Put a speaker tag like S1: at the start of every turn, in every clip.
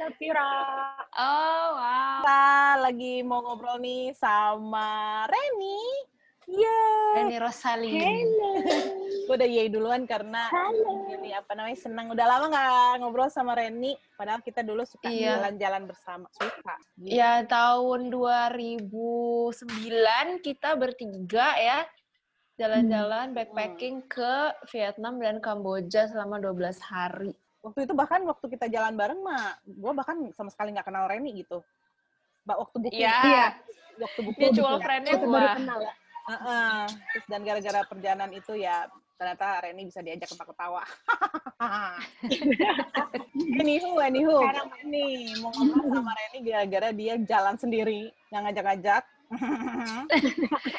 S1: Elvira.
S2: Oh, wow.
S3: Kita lagi mau ngobrol nih sama Reni. Yeay.
S2: Reni Rosalini.
S1: Hello.
S3: Gue udah yeay duluan karena
S1: Halo.
S3: ini apa namanya senang udah lama nggak ngobrol sama Reni. Padahal kita dulu suka
S2: Iya.
S3: jalan-jalan bersama. Suka. Iya.
S1: Iya.
S3: Gila.
S2: Ya, tahun 2009 kita bertiga ya jalan-jalan backpacking ke Vietnam dan Kamboja selama 12 hari.
S3: Waktu itu bahkan waktu kita jalan bareng mah, gue bahkan sama sekali nggak kenal Reni gitu. Ba- waktu booking.
S1: Iya.
S3: Waktu booking.
S2: Dia jual
S3: gitu ya.
S2: friendnya
S1: Kita baru
S2: gua.
S1: kenal ya.
S3: Heeh. Terus dan gara-gara perjalanan itu ya ternyata Reni bisa diajak ketawa-ketawa. anywho, anywho.
S1: Sekarang
S3: Nih, mau ngobrol sama Reni gara-gara dia jalan sendiri, nggak ngajak-ngajak.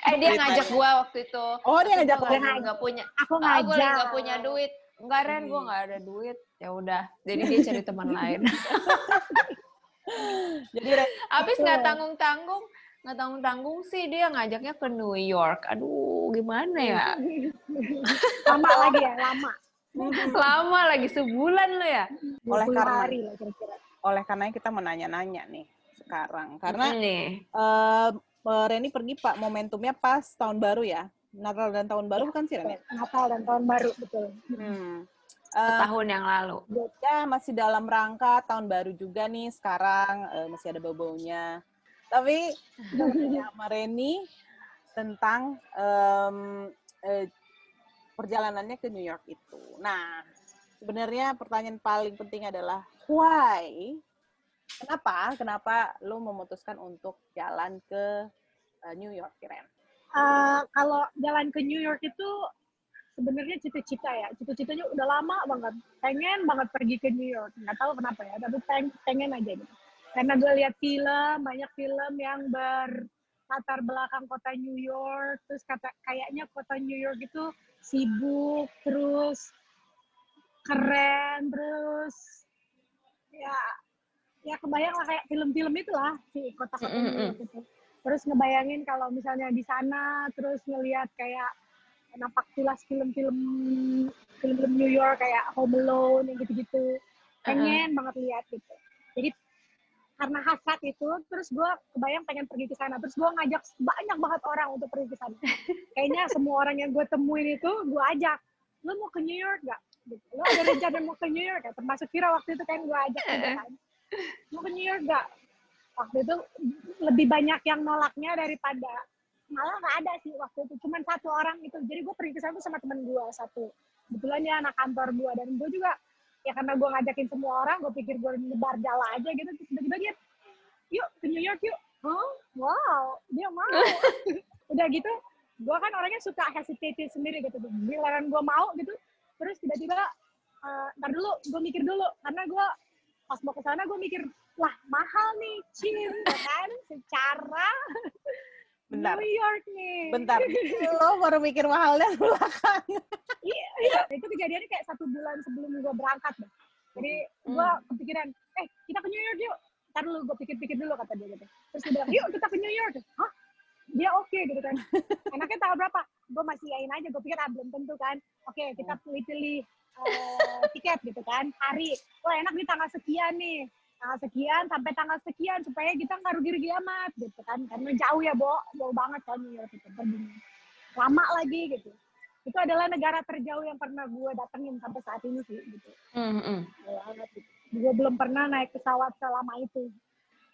S2: Eh, dia ngajak gua waktu itu.
S3: oh, dia ngajak
S2: Iya, Gua
S3: Reni.
S2: lagi nggak punya. Ah, gua
S1: Aku
S2: Hmm. lagi
S1: ngajak.
S2: nggak punya duit. Enggak, Ren, gua nggak ada duit. Ya udah, jadi dia cari teman lain.
S3: Jadi Reni,
S2: Abis nggak
S1: Betul.
S2: tanggung-tanggung, nggak tanggung-tanggung sih dia ngajaknya ke New York. Aduh, gimana ya?
S1: Lama lagi ya, lama. Iya.
S2: Lama lagi sebulan lo ya?
S3: Oleh
S1: 20
S3: karena-
S1: hari lah kira-kira.
S3: oleh karenanya kita mau nanya-nanya nih sekarang. Karena
S2: nih.
S3: eh, Reni pergi Pak momentumnya pas tahun baru ya. Natal dan tahun baru kan sih Reni?
S1: Natal dan tahun baru betul.
S3: Hmm. Eh,
S2: tahun yang lalu.
S3: Ya, masih dalam rangka tahun baru juga nih sekarang eh, masih ada bau-baunya. Tapi kita mau tanya sama Reni tentang em, eh, perjalanannya ke New York itu. Nah, sebenarnya pertanyaan paling penting adalah why? Kenapa? Kenapa lu memutuskan untuk jalan ke eh, New York, Ren?
S1: Eh, kalau jalan ke New York itu sebenarnya cita-cita ya. Cita-citanya udah lama banget. Pengen banget pergi ke New York. Nggak tahu kenapa ya, tapi peng- pengen aja gitu. Karena gue lihat film, banyak film yang berlatar belakang kota New York. Terus kata kayaknya kota New York itu sibuk, terus keren, terus ya ya kebayang lah kayak film-film itulah si kota-kota
S2: Mm, mm,
S1: New
S2: mm.
S1: York itu terus ngebayangin kalau misalnya di sana terus ngelihat kayak napak tilas film-film film-film New York kayak Home Alone yang gitu-gitu pengen banget lihat gitu jadi karena hasrat itu terus gue kebayang pengen pergi ke sana terus gue ngajak banyak banget orang untuk pergi ke sana kayaknya semua orang yang gue temuin itu gue ajak lo mau ke New York gak gitu. lo ada rencana mau ke New York gak termasuk Vira waktu itu kan gue ajak juga kan mau ke New York gak waktu itu lebih banyak yang nolaknya daripada malah nggak ada sih waktu itu cuman satu orang gitu jadi gue pergi ke sana tuh sama temen gue satu kebetulan dia anak kantor gue dan gue juga ya karena gue ngajakin semua orang gue pikir gue nyebar jala aja gitu terus tiba-tiba dia yuk ke New York yuk huh? wow dia mau udah gitu gue kan orangnya suka hesitate sendiri gitu giliran gue mau gitu terus tiba-tiba eh, ntar dulu gue mikir dulu karena gue pas mau ke sana gue mikir lah mahal nih cin ya kan secara
S3: Bentar.
S1: New York nih
S3: Bentar. Lo baru mikir mahalnya belakang.
S1: Iya, iya. itu kejadiannya kayak satu bulan sebelum gue berangkat deh. Jadi gue kepikiran, eh kita ke New York yuk. Ntar dulu gue pikir-pikir dulu kata dia gitu. Terus dia bilang, yuk kita ke New York. Hah? Dia oke gitu kan. Enaknya tanggal berapa? Gue masih yain aja, gue pikir ah belum tentu kan. Oke kita pilih-pilih eh, tiket gitu kan, hari. Wah enak nih tanggal sekian nih. Tanggal sekian sampai tanggal sekian supaya kita nggak rugi-rugi amat gitu kan. Karena jauh ya, Bo. Jauh banget kan New York itu. perginya. Lama lagi gitu itu adalah negara terjauh yang pernah gue datengin sampai saat ini sih gitu. Jauh banget gitu. Gue belum pernah naik pesawat selama itu.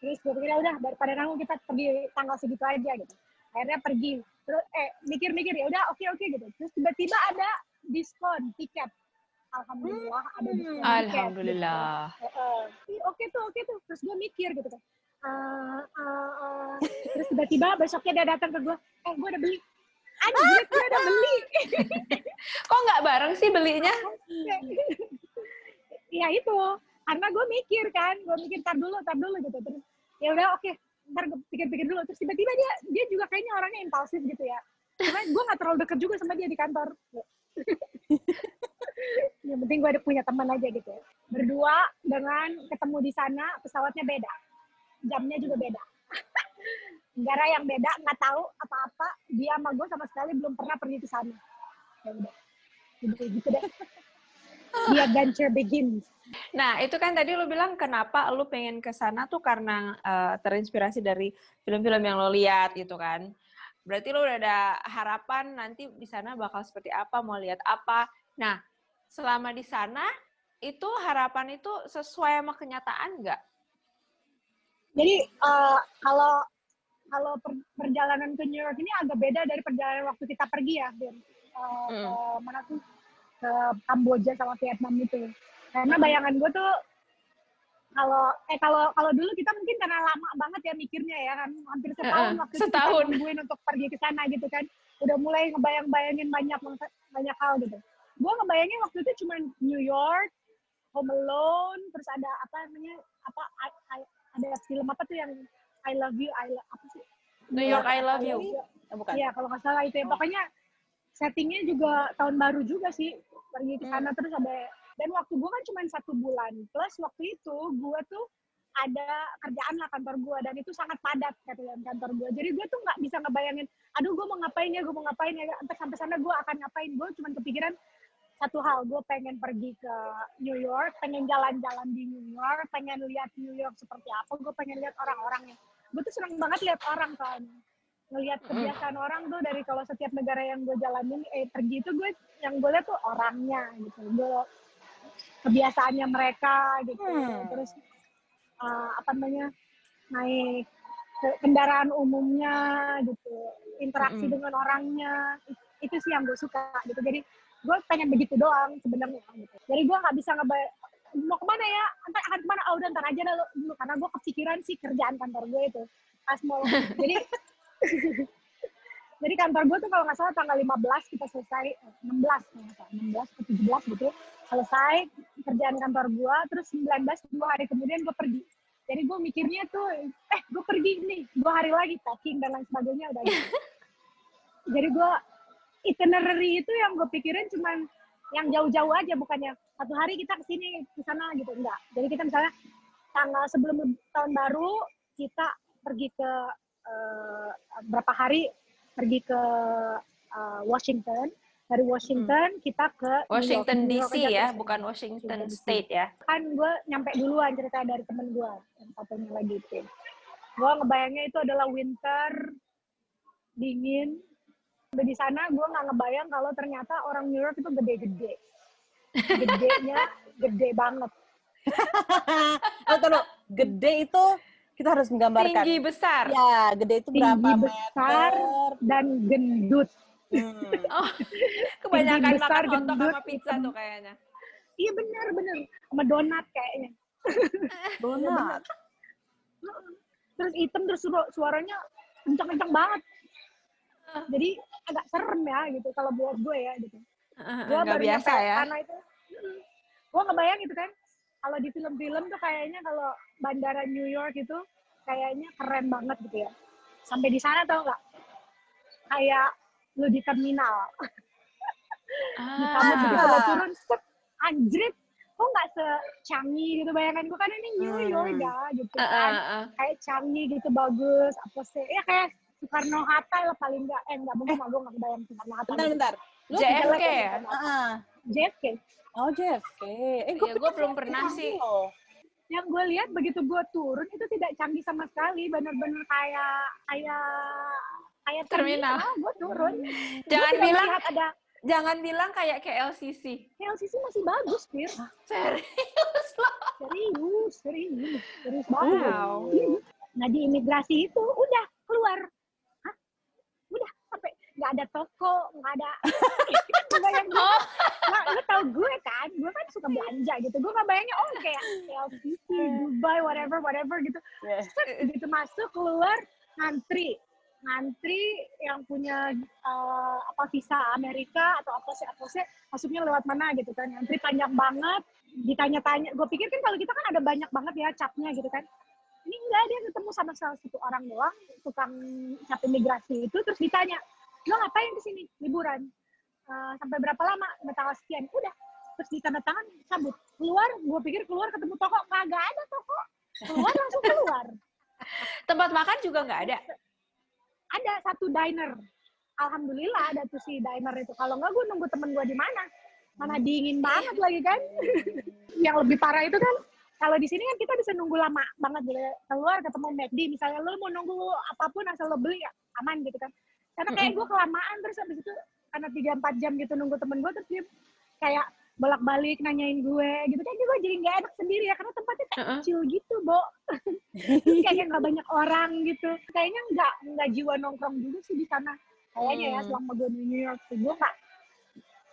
S1: Terus gue pikir "Ya udah daripada nanggung kita pergi tanggal segitu aja gitu. Akhirnya pergi. Terus eh mikir-mikir ya udah oke oke gitu. Terus tiba-tiba ada diskon tiket. Alhamdulillah ada diskon tiket, gitu.
S2: Alhamdulillah.
S1: Heeh. Ih, oke tuh oke tuh terus gue mikir gitu kan Ah, ah, ah. terus tiba-tiba besoknya dia datang ke gue eh gue udah beli anjir gue udah beli
S2: Kok nggak bareng sih belinya?
S1: Kayak, ya itu karena gue mikir kan gue mikir tar dulu tar dulu gitu terus ya udah oke ntar gue pikir-pikir dulu terus tiba-tiba dia dia juga kayaknya orangnya impulsif gitu ya karena gue nggak terlalu deket juga sama dia di kantor yang penting gue ada punya teman aja gitu ya. berdua dengan ketemu di sana pesawatnya beda jamnya juga beda negara yang beda nggak tahu apa-apa dia sama gue sama sekali belum pernah pergi ke sana ya udah gitu, gitu deh The adventure begins.
S2: Nah, itu kan tadi lu bilang kenapa lu pengen ke sana tuh karena eh, terinspirasi dari film-film yang lo lihat gitu kan. Berarti lu udah ada harapan nanti di sana bakal seperti apa, mau lihat apa. Nah, selama di sana itu harapan itu sesuai sama kenyataan nggak?
S1: Jadi eh, kalau kalau per- perjalanan ke New York ini agak beda dari perjalanan waktu kita pergi ya, Bin. Eh,
S2: Mm.
S1: ke mana tuh ke Kamboja sama Vietnam itu. Karena bayangan gue tuh kalau eh kalau kalau dulu kita mungkin karena lama banget ya mikirnya ya kan hampir
S2: Eh,
S1: setahun
S2: eh,
S1: waktu itu kita
S2: setahun.
S1: nungguin untuk pergi ke sana gitu kan udah mulai ngebayang-bayangin banyak banyak hal gitu. Gue ngebayangin waktu itu cuman New York, Home Alone, terus ada apa namanya apa I- I- ada film apa tuh yang I Love You, I Love apa sih?
S2: New York, I Love You.
S3: Oh, bukan.
S1: Iya, kalau nggak salah itu ya.
S3: Oh.
S1: Pokoknya settingnya juga tahun baru juga sih. Pergi ke sana terus ada dan waktu gue kan cuma satu bulan. Plus waktu itu gue tuh ada kerjaan lah kantor gue dan itu sangat padat kerjaan kantor gue. Jadi gue tuh nggak bisa ngebayangin, aduh gue mau ngapain ya, gue mau ngapain ya. Entar sampai sana gue akan ngapain. Gue cuma kepikiran satu hal, gue pengen pergi ke New York, pengen jalan-jalan di New York, pengen lihat New York seperti apa, gue pengen lihat orang-orangnya. Gue tuh seneng banget lihat orang soalnya ngelihat
S2: Mm-mm.
S1: kebiasaan orang tuh dari kalau setiap negara yang gue jalanin eh pergi itu gue yang gue lihat tuh orangnya gitu gue kebiasaannya mereka gitu
S3: Hmm.
S1: terus eh, apa namanya naik ke- kendaraan umumnya gitu interaksi
S2: Mm-mm.
S1: dengan orangnya It- itu sih yang gue suka gitu jadi gue pengen begitu doang sebenarnya gitu. jadi gue nggak bisa ngebay mau kemana ya ntar akan kemana oh udah ntar aja dah lu- dulu karena gue kepikiran sih kerjaan kantor gue itu pas mau jadi jadi kantor gue tuh kalau nggak salah tanggal 15 kita selesai eh, 16 kalau nggak salah 16 ke 17 gitu selesai kerjaan kantor gue terus 19 dua hari kemudian gue pergi jadi gue mikirnya tuh eh gue pergi nih dua hari lagi packing dan lain sebagainya udah gitu. jadi gue itinerary itu yang gue pikirin cuman yang jauh-jauh aja bukannya satu hari kita kesini ke sana gitu enggak jadi kita misalnya tanggal sebelum tahun baru kita pergi ke eh, berapa hari pergi ke eh, Washington dari Washington kita ke New York.
S2: Washington
S1: New York
S2: DC
S1: aja
S2: ya,
S1: terus.
S2: bukan Washington
S1: Washington
S2: State ya.
S1: kan gue nyampe duluan cerita dari temen gue yang satunya lagi itu gue ngebayangnya itu adalah winter dingin udah di sana gue nggak ngebayang kalau ternyata orang New York itu gede-gede gedenya gede banget
S3: oh, tunggu. Gede itu kita harus menggambarkan.
S2: Tinggi besar.
S1: Iya,
S3: Ya, gede itu
S1: Tinggi
S3: berapa meter?
S1: besar. dan gendut
S3: Hmm.
S2: Kebanyakan
S1: tinggi besar,
S2: makan hotdog
S1: gendut, gitu.
S2: sama pizza
S1: hitam.
S2: tuh kayaknya.
S1: iya bener bener sama donat kayaknya
S3: Donat.
S1: terus hitam terus suara- suaranya kencang-kencang banget jadi agak serem ya gitu kalau buat gue ya gitu gue
S2: Nggak biasa ya.
S1: Karena itu, gue ngebayang gitu kan, kalau di film-film tuh kayaknya kalau bandara New York itu kayaknya keren banget gitu ya. Sampai di sana tau nggak? Kayak lu di terminal, di kamu
S3: Ah.
S1: juga udah turun, set, anjrit, kok nggak secanggih gitu bayangan gue kan ini New
S3: Hmm.
S1: York ya gitu
S2: Ah,
S1: kan
S2: ah, ah.
S1: kayak canggih gitu bagus apa sih ya kayak Soekarno Hatta lah paling nggak eh nggak mungkin lah gue nggak kebayang Soekarno Hatta
S3: Bentar, bentar. Lu
S2: JFK
S1: jelek
S2: ya?
S1: ya?
S3: Ah,
S1: JFK
S3: Oh, JFK. Eh,
S2: Iya, gua belum pernah sih.
S1: yang gue lihat begitu gue turun itu tidak canggih sama sekali bener-bener kayak kayak kayak
S2: Terminal. Hmm.
S1: gue turun Gua
S2: Jangan
S1: tidak
S2: bilang,
S1: melihat ada
S2: jangan bilang kayak KLCC.
S1: LCC masih bagus Fir
S2: Ah. Serius loh.
S1: serius serius serius
S2: Hmm.
S1: banget
S2: Wow.
S1: nah di imigrasi itu udah keluar Hah? udah sampai nggak ada toko nggak ada Nggak bayang-
S2: Oh.
S1: Nah, lu tau gue kan, gue kan suka belanja gitu. Gue nggak bayangnya, oh kayak LCC,
S2: Hmm.
S1: Dubai, whatever, whatever gitu.
S3: Iya,
S1: gitu masuk keluar ngantri ngantri yang punya eh, apa visa Amerika atau apa sih apa sih masuknya lewat mana gitu kan ngantri panjang banget ditanya-tanya gue pikir kan kalau kita kan ada banyak banget ya capnya gitu kan ini enggak dia ketemu sama salah satu orang doang tukang cap imigrasi itu terus ditanya lo ngapain di sini liburan Eh, sampai berapa lama Sampai tanggal sekian udah terus ditanda tangan sambut keluar gue pikir keluar ketemu toko kagak ada toko keluar langsung keluar
S2: Tempat makan juga nggak ada.
S1: ada satu diner. Alhamdulillah ada tuh si diner itu. Kalau nggak gue nunggu temen gue di mana. Mana dingin banget lagi kan. yang lebih parah itu kan kalau di sini kan kita bisa nunggu lama banget gitu ya. keluar ketemu McD misalnya lo mau nunggu apapun asal lo beli ya aman gitu kan karena kayak gue kelamaan terus abis itu karena tiga empat jam gitu nunggu temen gue terus dia kayak bolak balik nanyain gue gitu kan gue jadi nggak enak sendiri ya karena tempatnya kayak
S2: Heeh.
S1: kecil gitu bo Terus kayaknya nggak banyak orang gitu kayaknya nggak nggak jiwa nongkrong dulu sih di sana kayaknya ya
S2: Hmm.
S1: selama gue di New York tuh gue nggak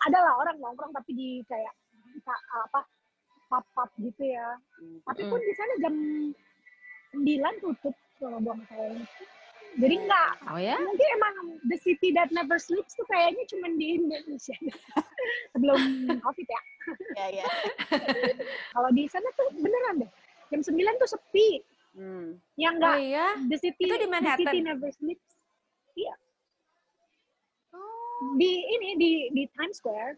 S1: ada lah orang nongkrong tapi di kayak di ka- apa pub pub gitu ya tapi pun di sana jam 9 tutup kalau gua nggak salah. Jadi enggak,
S2: Oh ya?
S1: mungkin emang the city that never sleeps tuh kayaknya cuma di Indonesia. Sebelum Covid ya.
S3: Ya ya.
S1: Kalau di sana tuh beneran deh. Jam 9 tuh sepi. Ya
S3: Hmm.
S1: Yang
S2: Oh
S1: enggak
S2: iya.
S1: the city
S2: Itu di
S1: the city
S2: Manhattan?
S1: never sleeps. Iya.
S2: Oh.
S1: Di ini di di Times Square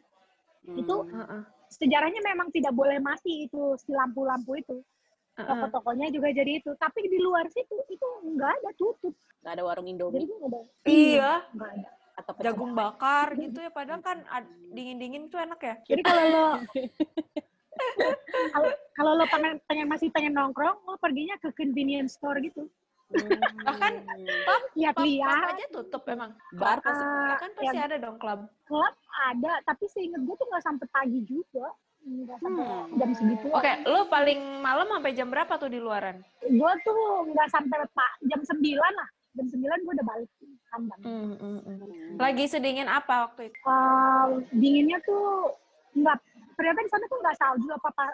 S1: Itu
S3: Hmm.
S2: Heeh.
S1: sejarahnya memang tidak boleh mati itu si lampu-lampu itu.
S2: Heeh.
S1: Toko-tokonya juga jadi itu. Tapi di luar situ itu enggak ada tutup.
S3: Gak ada warung
S1: Jadi
S3: Indomie
S1: gue enggak ada.
S2: Iya,
S1: Enggak ada.
S3: atau pecel.
S2: jagung bakar gitu ya. Padahal kan ad- dingin-dingin tuh enak ya.
S1: Jadi kalau lo kalau kalau lo pengen, pengen masih pengen nongkrong, lo perginya ke convenience store gitu.
S3: Hmm.
S2: Bahkan Pub- pub
S1: Lihat-lihat,
S2: aja tutup emang.
S3: Bar
S2: Bar pasti
S1: eh,
S2: ya kan pasti ada dong klub.
S1: klub ada, tapi seinget gue tuh nggak sampai pagi juga, nggak sampai
S3: Hmm.
S1: jam segitu.
S2: Oke, lu paling malam sampai jam berapa tuh di luaran?
S1: Gue tuh nggak sampai pak jam 9 lah, jam 9 gue udah balik kandang.
S3: Hmm.
S2: Lagi sedingin apa waktu itu?
S1: Eh, dinginnya tuh nggak, ternyata di sana tuh nggak salju apa apa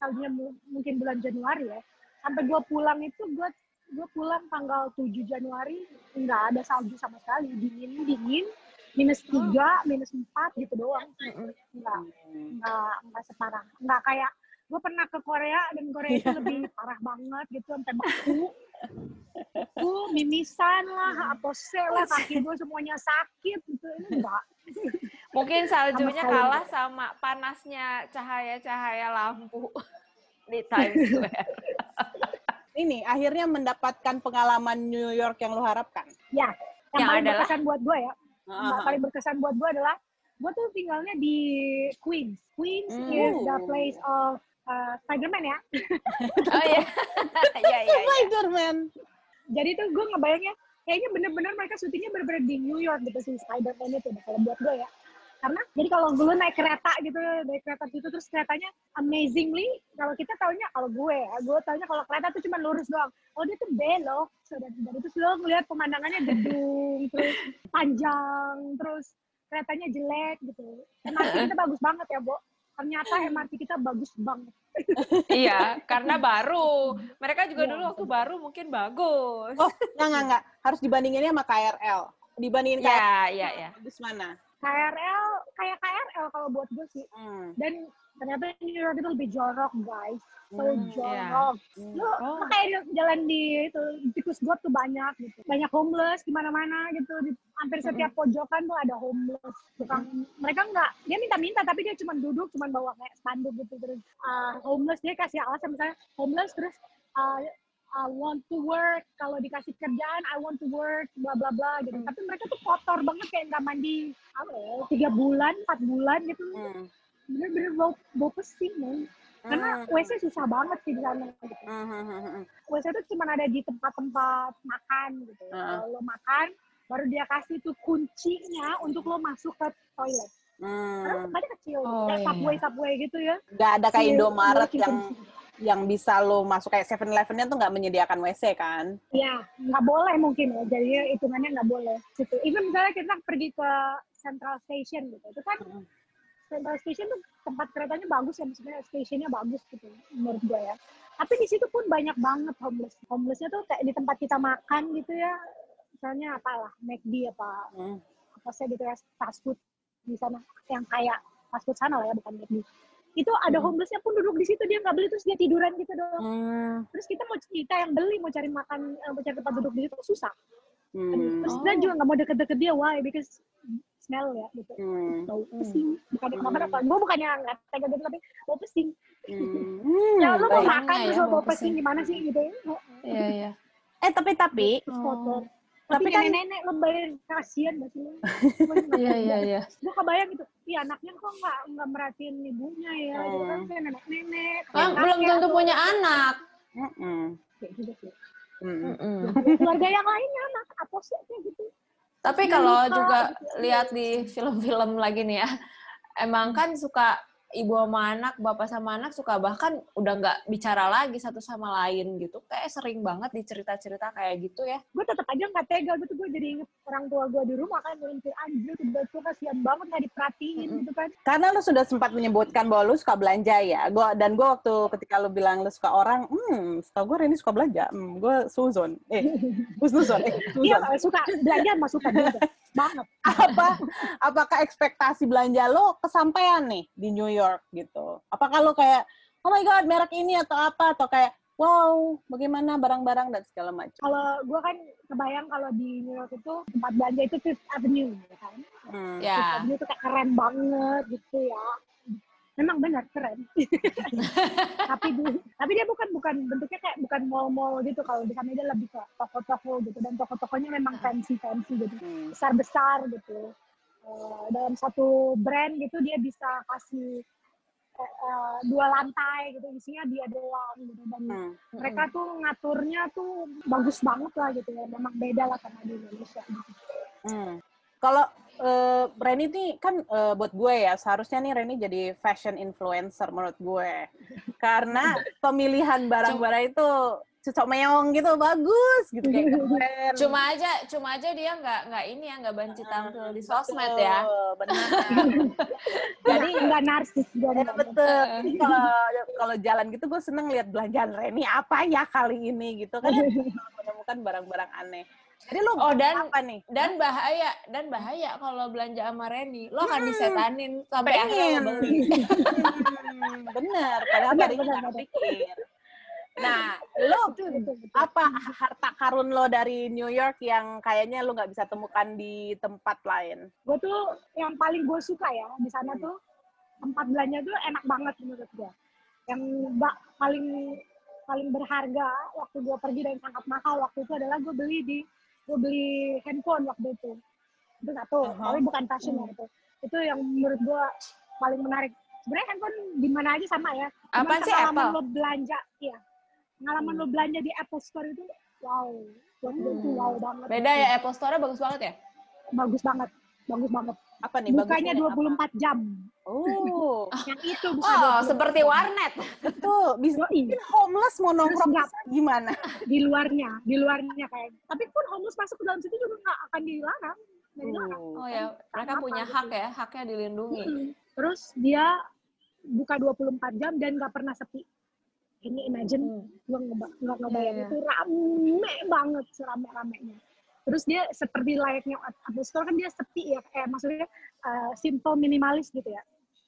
S1: saljunya mu- mungkin bulan Januari ya. Sampai gue pulang itu gue gue pulang tanggal 7 Januari nggak ada salju sama sekali, dingin dingin minus tiga minus empat gitu doang
S2: hmm.
S1: nggak
S3: Hmm.
S1: nggak nggak separah nggak kayak gue pernah ke Korea dan Korea itu lebih parah banget gitu sampai beku beku mimisan lah apose lah kaki gue semuanya sakit gitu ini enggak
S2: Mungkin saljunya
S1: sekali
S2: kalah sama panasnya cahaya-cahaya lampu di Times Square.
S3: Ini akhirnya mendapatkan pengalaman New York yang lo harapkan.
S1: ya
S2: Yang
S1: yang, paling
S2: adalah-
S1: berkesan buat gue ya yang
S3: Ah,
S1: paling berkesan buat gue adalah gue tuh tinggalnya di Queens Queens
S2: Hmm.
S1: is the place of uh, Spiderman ya
S2: Oh iya. Iya,
S3: Oh
S2: iya. iya.
S3: Spiderman.
S1: jadi tuh gue ngebayangnya kayaknya bener-bener mereka syutingnya bener-bener di New York gitu sih Spider-Man itu kalau buat gue ya karena jadi kalau dulu naik kereta gitu naik kereta gitu terus keretanya amazingly kalau kita taunya kalau gue ya, gue taunya kalau kereta tuh cuma lurus doang oh dia tuh belok saudara-saudara terus lo ngeliat pemandangannya gedung terus panjang terus keretanya jelek gitu MRT kita bagus banget ya Bo ternyata MRT kita bagus banget
S2: Iya, karena baru. Mereka juga
S1: Iya,
S2: dulu waktu baru mungkin bagus.
S3: Oh, enggak, enggak, enggak. Harus dibandinginnya sama KRL. Dibandingin KRL.
S2: Iya, iya, iya.
S3: Bagus mana?
S1: KRL kayak KRL kalau buat gue sih
S3: Hmm.
S1: dan ternyata New York itu lebih jorok guys so
S3: Hmm,
S1: jorok
S3: Hmm.
S1: lu
S2: Oh.
S1: lu kayak jalan di itu tikus got tuh banyak gitu banyak homeless di mana mana gitu di hampir setiap pojokan tuh ada homeless tukang mereka nggak dia minta minta tapi dia cuma duduk cuma bawa kayak spanduk gitu terus ah, homeless dia kasih alasan misalnya homeless terus ah, I want to work kalau dikasih kerjaan I want to work bla bla bla gitu
S2: Hmm.
S1: tapi mereka tuh kotor banget kayak nggak mandi apa ya, tiga bulan empat bulan gitu
S3: Hmm.
S1: bener-bener bau, bau pesing men. karena
S3: Hmm.
S1: WC susah banget sih di sana gitu.
S3: Hmm, hmm, hmm, hmm.
S1: WC itu cuma ada di tempat-tempat makan gitu
S3: Heeh.
S1: kalau lo makan baru dia kasih tuh kuncinya untuk lo masuk ke toilet karena
S3: Hmm.
S1: tempatnya kecil gitu.
S2: Oh,
S1: kayak
S2: iya,
S1: subway
S2: iya.
S1: subway gitu ya iya,
S3: Nggak ada kayak
S1: Si
S3: Indomaret
S1: working
S3: yang
S1: kunci.
S3: yang bisa lo masuk kayak 7-Eleven-nya tuh nggak menyediakan WC kan?
S1: Iya, nggak boleh mungkin ya. Jadi hitungannya nggak boleh. Gitu. Even misalnya kita pergi ke Central Station gitu, itu kan
S3: Mm.
S1: Central Station tuh tempat keretanya bagus ya, maksudnya stationnya bagus gitu menurut gue ya. Tapi di situ pun banyak banget homeless. Homelessnya tuh kayak di tempat kita makan gitu ya, misalnya apalah, McD apa,
S3: Hmm.
S1: apa sih gitu ya, fast food di sana yang kayak fast food sana lah ya, bukan McD. Itu ada homelessnya pun duduk di situ dia nggak beli terus dia tiduran gitu doang
S3: Hmm.
S1: terus kita mau kita yang beli mau cari makan eh, mau cari tempat duduk di situ susah
S3: Hmm.
S1: terus kita
S2: Oh.
S1: juga nggak mau deket-deket dia why because smell ya gitu
S3: Hmm.
S1: bau
S2: Hmm.
S1: pesing bukannya
S3: Hmm.
S1: kemarin apa gue bukannya nggak tega gitu tapi bau pesing
S3: Hmm.
S1: ya lu mau
S3: Baik.
S1: makan
S2: Enggak ya,
S1: terus lu
S2: bau
S1: bau pesing
S2: pesing.
S1: gimana sih gitu ya
S2: Iya, iya.
S3: Eh tapi tapi
S1: terus kotor tapi
S3: Tapi
S1: kan
S3: kan-
S1: nenek lebay kasihan berarti lu
S2: Iya, iya, iya.
S1: gue kebayang gitu iya anaknya kok nggak nggak merhatiin ibunya ya
S3: Oh.
S1: gitu kan kayak nenek nenek
S2: Kan belum tentu punya anak.
S1: Hmm,
S3: Mm-mm. Mm-mm.
S2: Mm-mm.
S1: gitu keluarga yang lainnya anak apa sih kayak gitu
S2: Tapi
S1: Terus
S2: kalau
S1: dibuka,
S2: juga
S1: gitu.
S2: lihat di film-film lagi nih ya, emang kan suka ibu sama anak, bapak sama anak suka bahkan udah nggak bicara lagi satu sama lain gitu. Kayak sering banget di cerita-cerita kayak gitu ya.
S1: gue tetap aja nggak tega gitu gue jadi inget orang tua gue di rumah kan ngelintir anjir udah tuh kasihan banget nggak diperhatiin
S2: Mm-mm.
S1: gitu kan
S3: Karena lu sudah sempat menyebutkan bahwa lu suka belanja ya. Gua dan gua waktu ketika lu bilang lu suka orang, hmm, suka gue Reni suka belanja. Hmm, gue Suzon. Eh, Husnuzon. Eh,
S1: iya
S3: Suzon.
S1: suka belanja sama suka belanja banget
S3: Apa apakah ekspektasi belanja lu kesampaian nih di New York gitu? Apakah lu kayak oh my god, merek ini atau apa atau kayak wow, bagaimana barang-barang dan segala macam.
S1: kalau gue kan kebayang kalau di New York itu tempat belanja itu Fifth Avenue ya kan
S3: Hmm.
S1: Fifth
S2: Ya.
S1: Avenue itu kayak keren banget gitu ya memang benar keren tapi di- tapi dia bukan bukan bentuknya kayak bukan mall-mall gitu kalau di sana dia lebih ke toko-toko gitu dan toko-tokonya memang
S2: Nah.
S1: fancy fancy gitu
S3: Hmm.
S1: besar-besar gitu. Eh, dalam satu brand gitu dia bisa kasih eh, eh, dua lantai gitu isinya dia doang gitu dan
S3: Hmm.
S1: mereka tuh ngaturnya tuh bagus banget lah gitu ya memang beda lah karena di Indonesia gitu.
S3: Hmm. Kalau eh, Reni nih kan eh, buat gue ya seharusnya nih Reni jadi fashion influencer menurut gue karena pemilihan barang-barang itu cocok meong gitu bagus gitu kayak keren.
S2: Cuma aja, cuma aja dia nggak nggak ini ya nggak banci tampil di sosmed
S3: Betul,
S2: ya.
S3: Benar.
S1: jadi nggak narsis dia
S3: Ya,
S1: nggak
S3: betul. Jadi Kalau kalau jalan gitu gue seneng lihat belanjaan Reni apa ya kali ini gitu kan
S1: narsis.
S3: menemukan barang-barang aneh. Jadi lo
S2: Oh, dan-
S3: apa nih?
S2: Dan bahaya, dan bahaya kalau belanja sama Reni, lo akan disetanin sampai akhirnya
S3: pengen
S2: lo beli.
S3: Hmm, bener padahal
S1: Bener,
S3: tadi
S1: bener,
S3: nggak
S1: bener.
S3: pikir nah lo
S1: Betul, betul, betul.
S3: apa harta karun lo dari New York yang kayaknya lo nggak bisa temukan di tempat lain
S1: gue tuh yang paling gue suka ya di sana tuh tempat belanja tuh enak banget menurut gue yang ba- paling paling berharga waktu gue pergi dan sangat mahal waktu itu adalah gue beli di gue beli handphone waktu itu itu satu
S3: Aha.
S1: tapi bukan fashion
S2: Hmm.
S1: ya itu itu yang menurut gue paling menarik sebenarnya handphone di mana aja sama ya Cuman
S2: Apaan sih
S1: pengalaman
S2: Apple? Hmm.
S1: lo belanja iya pengalaman lo belanja di Apple Store itu wow Buat gue itu
S3: Hmm.
S1: wow banget
S2: Beda ya Apple Store-nya bagus banget ya.
S1: bagus banget bagus banget
S3: apa nih
S1: Bukanya
S3: bagusnya nih,
S1: 24 jam.
S3: apa? oh
S1: Yang itu buka
S2: Oh,
S1: 24
S2: seperti
S1: jam.
S2: warnet.
S3: betul bisa
S1: Yoi,
S3: mungkin homeless mau nongkrong
S1: nggak-
S3: bisa gimana
S1: di luarnya, di luarnya kayak. Tapi pun homeless masuk ke dalam situ juga nggak akan dilarang. Nggak
S3: Hmm.
S1: iya. dilarang.
S2: Oh ya, mereka
S1: Kenapa
S2: punya
S1: gitu?
S2: hak ya, haknya dilindungi.
S1: Mm-mm. Terus dia buka 24 jam dan nggak pernah sepi. Can you imagine? Gue nggak ngebayang
S2: Hmm. Iya, iya.
S1: itu rame banget, serame-ramenya. Terus dia seperti layaknya Apple Store kan dia sepi ya, eh, maksudnya eh, simple minimalis gitu ya.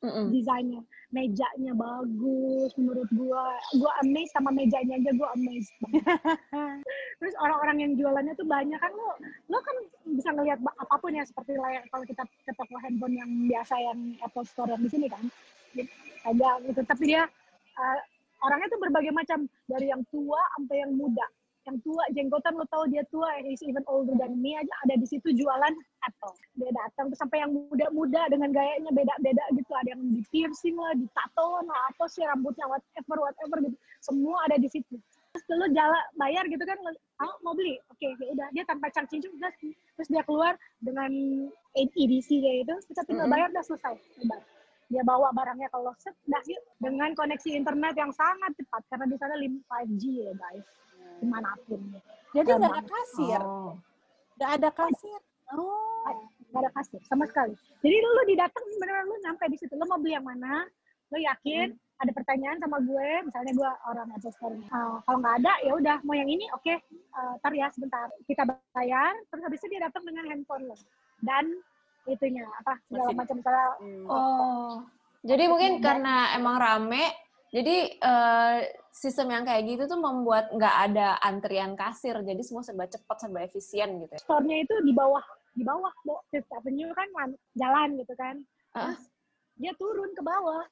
S2: Mm-mm.
S1: desainnya mejanya bagus menurut gua gua amazed sama mejanya aja gua amazed banget. terus orang-orang yang jualannya tuh banyak kan lo lo kan bisa ngelihat ba- apapun ya seperti layar kalau kita ke toko handphone yang biasa yang Apple Store yang di sini kan ada gitu tapi dia eh, orangnya tuh berbagai macam dari yang tua sampai yang muda yang tua jenggotan lo tau dia tua he's even older than me aja ada di situ jualan Apple dia datang terus sampai yang muda-muda dengan gayanya beda-beda gitu ada yang di piercing lah di tatoan lah apa sih rambutnya whatever whatever gitu semua ada di situ terus lo jalan bayar gitu kan lo, "Ah, mau beli oke ya udah dia tanpa charging juga sih. terus dia keluar dengan EDC kayak gitu terus tapi lo
S2: Mm-mm.
S1: bayar udah selesai udah dia bawa barangnya ke lo set dah yuk. dengan koneksi internet yang sangat cepat karena di sana lim- 5G ya guys dimanapun ya.
S3: jadi nggak ada
S1: Emang.
S3: kasir
S2: Oh.
S3: nggak ada kasir oh
S1: nggak ada kasir sama sekali jadi lu didatang beneran lu nyampe di situ lu mau beli yang mana lu yakin ada pertanyaan sama gue misalnya gue orang Apple Store Eh, kalau nggak ada ya udah mau yang ini oke Eh, ntar ya sebentar kita bayar terus habis itu dia datang dengan handphone lo dan itunya apa segala
S3: Masih-
S1: macam misalnya
S3: Hmm.
S2: Oh. Jadi mungkin
S1: Enggak.
S2: karena emang rame, jadi eh, sistem yang kayak gitu tuh membuat nggak ada antrian kasir, jadi semua serba cepat, serba efisien gitu. ya.
S1: store-nya itu di bawah di bawah Bo. Fifth Avenue kan lan- jalan gitu kan
S2: Ah.
S1: terus dia turun ke bawah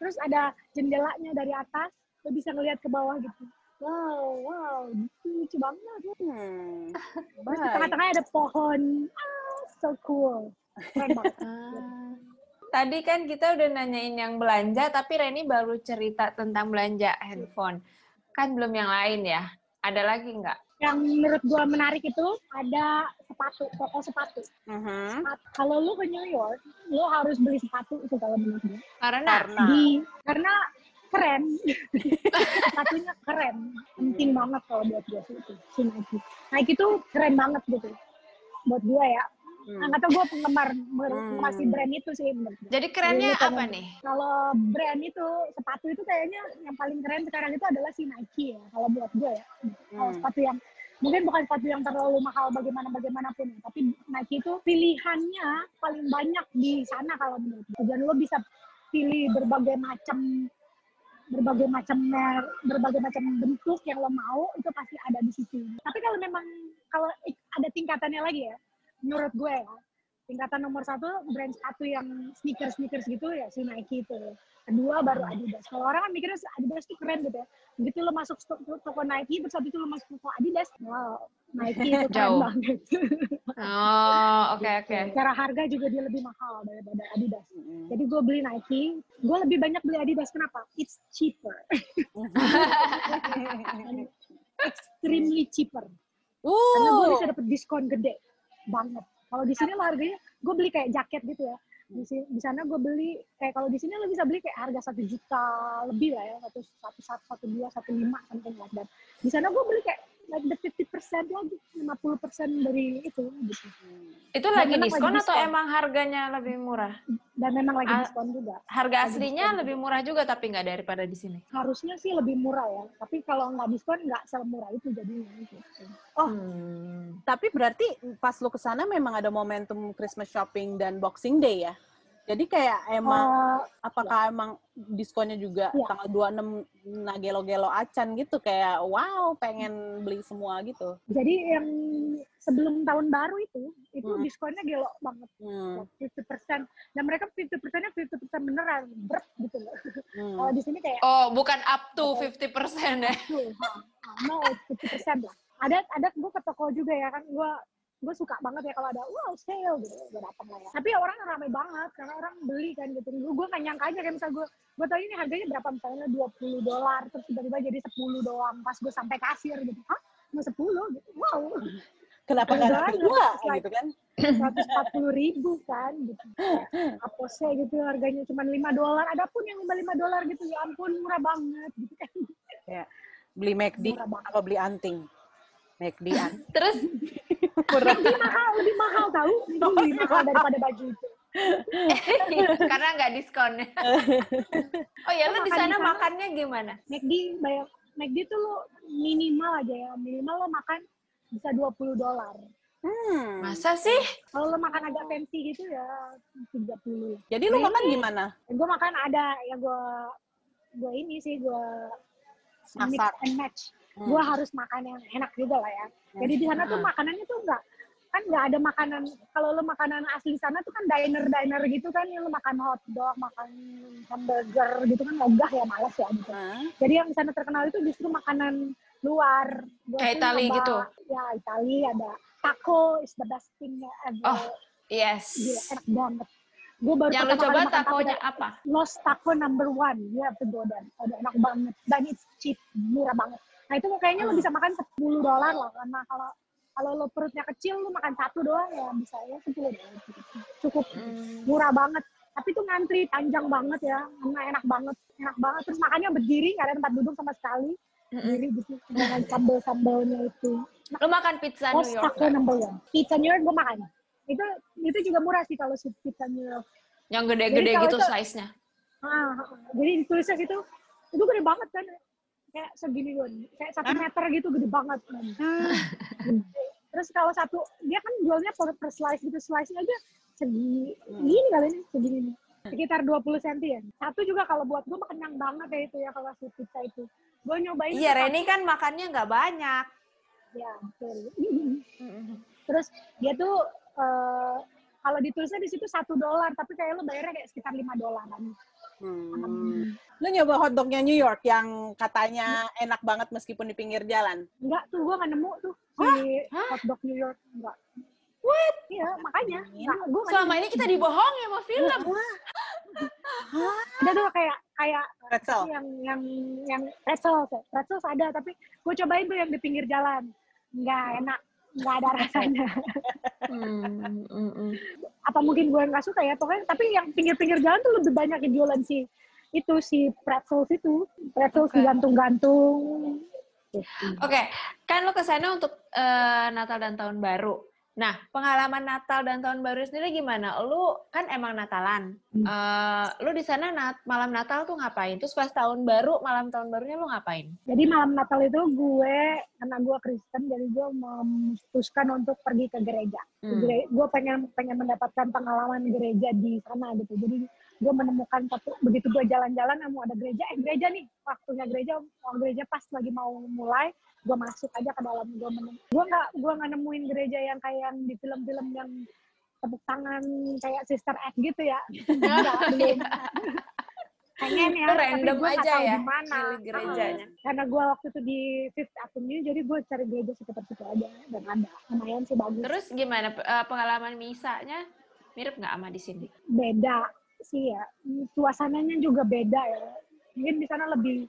S1: terus ada jendelanya dari atas lo bisa ngelihat ke bawah gitu wow wow gitu, lucu banget
S3: Hmm.
S1: terus di
S3: baik.
S1: tengah-tengah ada pohon ah so cool keren banget
S2: Ah. Tadi kan kita udah nanyain yang belanja, tapi Reni baru cerita tentang belanja handphone. Kan belum yang lain ya? Ada lagi nggak?
S1: yang menurut gua menarik itu ada sepatu toko sepatu
S3: Mhm.
S1: kalau lu ke New York lu harus beli sepatu itu kalau menurut gue
S2: Karena
S3: Karena
S1: di karena keren satunya keren penting banget kalau buat gue sih itu si Nike Nike tuh keren banget gitu buat gue ya
S3: Hmm.
S1: nah, nggak tau gue penggemar penggemar si
S3: Hmm.
S1: brand itu sih menurut gue
S2: jadi kerennya
S1: Iya, karena-
S2: apa nih?
S1: kalau brand itu sepatu itu kayaknya yang paling keren sekarang itu adalah si Nike ya kalau buat gue ya kalau
S3: Hmm.
S1: sepatu yang mungkin bukan sepatu yang terlalu mahal bagaimana bagaimanapun ya, tapi Nike itu pilihannya paling banyak di sana kalau menurut gue dan lo bisa pilih berbagai macam berbagai macam merek berbagai macam bentuk yang lo mau itu pasti ada di situ tapi kalau memang kalau i- ada tingkatannya lagi ya menurut gue ya tingkatan nomor satu brand sepatu yang sneakers sneakers gitu ya si Nike itu kedua baru Adidas kalau orang kan mikirnya Adidas tuh keren gitu ya begitu lo masuk sto- toko Nike terus habis itu lo masuk toko Adidas wow Nike itu keren
S2: Jauh.
S1: banget
S2: Oh, oke
S1: Iya.
S2: oke.
S1: cara harga juga dia lebih mahal daripada Adidas
S3: Mhm.
S1: jadi gue beli Nike gue lebih banyak beli Adidas kenapa it's cheaper extremely cheaper karena gue
S3: Uh,
S1: bisa dapet diskon gede banget kalau di sini lo harganya gue beli kayak jaket gitu ya di sini di sana gue beli kayak kalau di sini lo bisa beli kayak harga satu juta lebih lah ya satu satu satu satu dua satu lima something like that di sana gue beli kayak like the 50% lagi 50% dari itu gitu.
S2: Itu
S1: Dan
S2: lagi
S1: memang kan lagi
S2: diskon atau
S1: diskon.
S2: emang harganya lebih murah?
S1: dan memang lagi
S2: Ah.
S1: diskon juga
S2: Harga
S1: Lagi
S2: aslinya
S1: diskon.
S2: lebih murah juga tapi nggak daripada di sini.
S1: harusnya sih lebih murah ya tapi kalau nggak diskon nggak semurah itu jadinya gitu.
S3: Oh.
S2: Hmm.
S3: tapi berarti pas lu kesana memang ada momentum Christmas shopping dan Boxing Day ya? Jadi kayak emang
S1: Eh,
S3: apakah emang diskonnya juga
S1: Iya.
S3: tanggal 26 nah gelo-gelo acan gitu kayak wow pengen beli semua gitu.
S1: jadi yang sebelum tahun baru itu itu
S3: Mm.
S1: diskonnya gelo banget
S3: Hmm.
S1: 50 dan Nah, mereka 50 persennya 50 beneran berat gitu loh
S3: hmm.
S1: kalau di sini kayak
S2: Oh, bukan up to 50% ya?
S3: Oh.
S1: tuh ha, ha, no 50 lah ada ada gue ke toko juga ya kan gue gue suka banget ya kalau ada wow sale gitu gue datang lah ya tapi ya orang ramai banget karena orang beli kan gitu dulu gue nggak nyangka aja kayak misal gue gue tau ini harganya berapa misalnya 20 dolar terus tiba-tiba jadi 10 doang pas gue sampai kasir gitu hah mau 10 gitu wow
S3: Kenapa
S1: Enggak,
S3: karena
S1: enggak,
S3: dua
S1: enggak.
S3: gitu kan?
S1: 140 ribu kan gitu. Aposnya gitu harganya cuma 5 dolar. Ada pun yang 55 dolar gitu. Ya ampun murah banget gitu kan.
S3: Beli McD
S1: Murah banget.
S3: apa beli anting? McD anting.
S2: Terus
S3: Murah.
S1: Lebih mahal, lebih mahal tahu. Itu lebih mahal daripada baju itu.
S2: karena nggak diskon. oh ya, lu
S1: Makan
S2: di
S1: di
S2: sana
S1: sana.
S2: makannya gimana?
S1: McD bayar McD tuh lo minimal aja ya. Minimal lo makan bisa 20 dolar.
S3: Hmm.
S2: Masa sih?
S1: Kalau lo makan agak fancy gitu ya 30.
S3: Jadi lu
S2: Really?
S3: makan gimana?
S1: Gue makan ada ya gue gue ini sih gue mix
S3: Masak.
S1: and match.
S3: Hmm.
S1: gue harus makan yang enak juga lah ya. Jadi di sana tuh
S2: Hmm.
S1: makanannya tuh enggak kan nggak ada makanan kalau lo makanan asli sana tuh kan diner diner gitu kan yang lo makan hotdog makan hamburger gitu kan ogah ya malas ya gitu
S3: Hah?
S1: jadi yang di sana terkenal itu justru makanan luar Gua
S2: Kayak
S1: tuh
S2: Itali
S1: nyoba-
S2: gitu?
S1: ya Itali ada taco is the best thing ever
S2: Oh. Yes.
S1: Gila, enak banget gue baru
S2: Yang lu
S1: pertama
S2: coba
S1: kali makan taco
S2: takonya
S1: dari
S2: apa?
S1: Los Taco number one, you have to go there. Aduh, enak banget. Dan it's cheap, murah banget. Nah itu kayaknya lo
S3: Hmm.
S1: bisa makan 10 dolar lah, karena kalau kalau lo perutnya kecil, lo makan satu doang ya bisa ya 10 dolar. Cukup
S2: Hmm.
S1: murah banget. Tapi tuh ngantri panjang banget ya, karena enak banget, enak banget. Terus makannya berdiri, nggak ada tempat duduk sama sekali.
S2: Mm-mm.
S1: Berdiri gitu, dengan sambel-sambelnya itu.
S2: Lu makan Hmm. pizza New
S1: Los
S2: York
S1: Taco
S2: nggak?
S1: number one. Pizza New York gue makan. Itu itu juga murah sih kalau si pizza New York.
S2: yang gede-gede
S1: Jadi kalau
S2: gitu
S1: itu-
S2: size-nya.
S1: Ah, jadi ditulisnya situ itu gede banget kan kayak segini doang kayak satu meter gitu gede banget kan.
S2: Hmm.
S1: Gede. terus kalau satu dia kan jualnya per, per slice gitu slice nya aja segini
S3: Hmm.
S1: gini kali ini segini nih
S2: Hmm.
S1: sekitar 20 cm ya satu juga kalau buat gue kenyang banget ya itu ya kalau si pizza itu gue nyobain
S2: Iya,
S1: itu
S2: Reni kan makannya nggak banyak.
S1: satu- ya betul terus dia tuh eh, kalau ditulisnya di situ satu dolar tapi kayak lo bayarnya kayak sekitar lima dolaran
S3: Hmm. Lu nyoba hotdognya New York yang katanya enak banget meskipun di pinggir jalan.
S1: Enggak tuh, gue nggak nemu tuh si
S2: Hah?
S1: hotdog New York. Enggak.
S2: What?
S1: Iya, makanya. Enggak, gue nggak
S2: Selama ini kita dibohongi sama film.
S1: nemu. Ada tuh kayak kayak
S3: Pretzel.
S1: yang yang yang pretzel, pretzel ada tapi gue cobain tuh yang di pinggir jalan. Enggak enak, enggak ada rasanya.
S2: Hmm, mm, mm.
S1: Apa mungkin gue nggak suka ya? Pokoknya tapi yang pinggir-pinggir jalan tuh lebih banyak yang jualan si itu si pretzel itu, pretzel
S2: Oke.
S1: digantung-gantung.
S2: Oke, kan lo kesana untuk eh, Natal dan Tahun Baru. Nah, pengalaman Natal dan Tahun Baru sendiri gimana? Lo kan emang Natalan.
S1: Hmm.
S2: Eh, lo di sana nat- malam Natal tuh ngapain? Terus pas Tahun Baru, malam Tahun Barunya lo ngapain?
S1: Jadi malam Natal itu gue, karena gue Kristen, jadi gue memutuskan untuk pergi ke gereja.
S2: Hmm.
S1: Gere- Gue pengen pengen mendapatkan pengalaman gereja di sana gitu. Jadi gue menemukan satu begitu gue jalan-jalan eh, mau ada gereja, eh gereja nih waktunya gereja, mau gereja pas lagi mau mulai, gue masuk aja ke dalam gue menem- Gue nggak gue nggak nemuin gereja yang kayak yang di film-film yang tepuk tangan kayak Sister Act gitu ya. Nggak, belum. Pengen ya,
S2: Lo
S1: tapi
S2: random
S1: gua nggak
S2: aja
S1: tahu
S2: ya,
S1: di mana.
S2: pilih gerejanya.
S1: karena gue waktu itu di Fifth Avenue jadi gue cari gereja sekitar situ aja dan ada lumayan sih bagus
S2: Terus gimana eh, pengalaman misanya? Mirip nggak sama di sini?
S1: beda sih ya Hmm, suasananya juga beda ya mungkin di sana lebih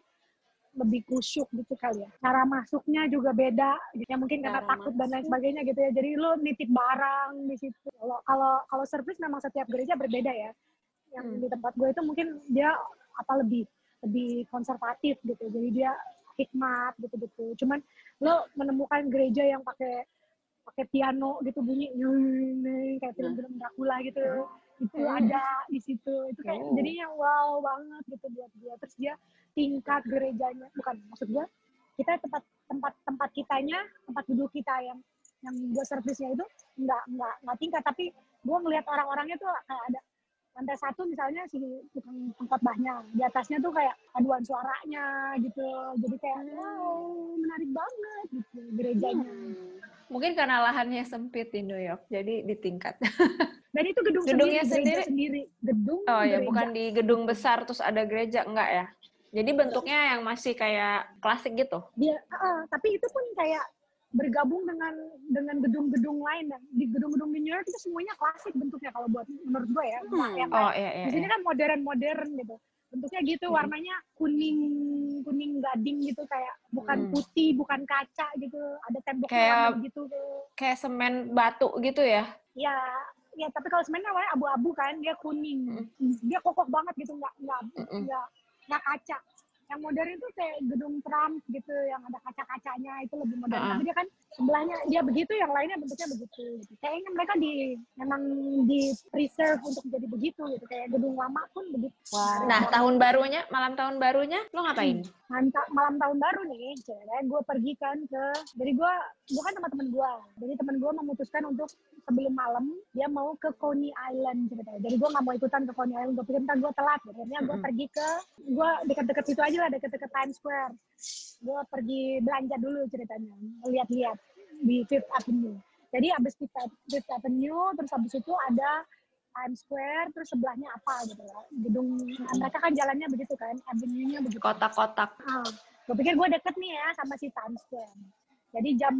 S1: lebih kusyuk gitu kali ya cara masuknya juga beda ya mungkin karena
S2: Cara
S1: takut dan lain
S2: masuk.
S1: sebagainya gitu ya jadi lo nitip barang di situ kalau kalau kalau service memang setiap gereja berbeda ya yang
S2: Hmm.
S1: di tempat gue itu mungkin dia apa lebih lebih konservatif gitu jadi dia hikmat gitu-gitu cuman lo menemukan gereja yang pakai pakai piano gitu bunyi "Neng, neng," kayak film-film
S2: Nah.
S1: Dracula gitu itu
S2: Hmm.
S1: ada di situ itu kayak
S3: Oh.
S1: jadinya wow banget gitu buat dia terus dia tingkat gerejanya bukan maksud gue kita tempat tempat tempat kitanya tempat duduk kita yang yang gue servisnya itu nggak nggak nggak tingkat tapi gue ngelihat orang-orangnya tuh kayak ada lantai satu misalnya si tukang pengkotbahnya di atasnya tuh kayak aduan suaranya gitu jadi kayak
S2: Hmm.
S1: wow menarik banget gitu gerejanya
S2: Mungkin karena lahannya sempit di New York, jadi di tingkat.
S1: dan itu gedung
S2: Gedungnya
S1: sendiri, gereja sendiri gedung
S2: Oh ya,
S1: gereja.
S2: bukan di gedung besar terus ada gereja enggak ya? Jadi bentuknya yang masih kayak klasik gitu.
S1: dia eh, tapi itu pun kayak bergabung dengan dengan gedung-gedung lain dan di gedung-gedung di New York itu semuanya klasik bentuknya kalau buat menurut gue ya
S3: Hmm.
S1: yang
S2: Oh iya iya.
S1: di sini
S2: iya.
S1: kan modern-modern gitu bentuknya gitu
S2: Hmm.
S1: warnanya kuning kuning gading gitu kayak
S2: Hmm.
S1: bukan putih bukan kaca gitu ada tembok
S2: Kayak-
S1: warna gitu
S2: Kayak semen batu gitu ya.
S1: ya ya tapi kalau sebenarnya warnanya abu-abu kan dia kuning
S2: Hmm.
S1: dia kokoh banget gitu nggak nggak
S2: Mm-mm.
S1: nggak nggak nah kaca yang modern itu kayak gedung Trump gitu yang ada kaca-kacanya itu lebih modern
S2: Ah.
S1: tapi dia kan sebelahnya dia begitu yang lainnya bentuknya begitu gitu. kayaknya mereka di memang di preserve untuk jadi begitu gitu kayak gedung lama pun begitu
S3: Wah.
S2: Nah, tahun barunya, malam tahun barunya lo ngapain?
S1: Manta- malam tahun baru nih sebenarnya gue pergi kan ke jadi gue gue kan sama temen gue jadi temen gue memutuskan untuk sebelum malam dia mau ke Coney Island ceritanya jadi gue nggak mau ikutan ke Coney Island gue pikir ntar gue telat akhirnya gue
S2: Mm-mm.
S1: pergi ke gue dekat-dekat situ aja lah dekat-dekat Times Square gue pergi belanja dulu ceritanya lihat-lihat di Fifth Avenue jadi abis Fifth Ave- Fifth Avenue terus abis itu ada Times Square terus sebelahnya apa gitu ya gedung mereka kan jalannya begitu kan avenue-nya begitu
S2: Kotak-kotak.
S1: Ah, gue pikir gue deket nih ya sama si Times Square. Jadi jam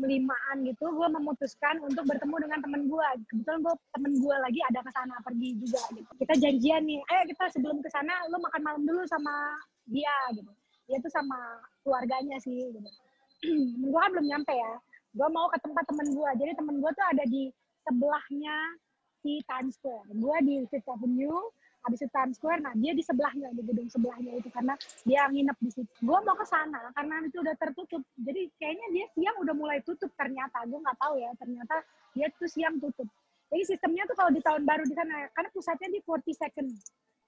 S1: limaan gitu gue memutuskan untuk bertemu dengan temen gue. Kebetulan gue temen gue lagi ada ke sana pergi juga gitu. Kita janjian nih, ayo kita sebelum ke sana lu makan malam dulu sama dia gitu. Dia tuh sama keluarganya sih gitu. temen gue kan belum nyampe ya. Gue mau ke tempat temen gue. Jadi temen gue tuh ada di sebelahnya si Times Square. Gue di Fifth Avenue, habis itu Times Square, nah dia di sebelahnya, di gedung sebelahnya itu karena dia nginep di situ. Gue mau ke sana karena itu udah tertutup. Jadi kayaknya dia siang udah mulai tutup ternyata. Gue nggak tahu ya, ternyata dia tuh siang tutup. Jadi sistemnya tuh kalau di tahun baru di sana, karena pusatnya di 42nd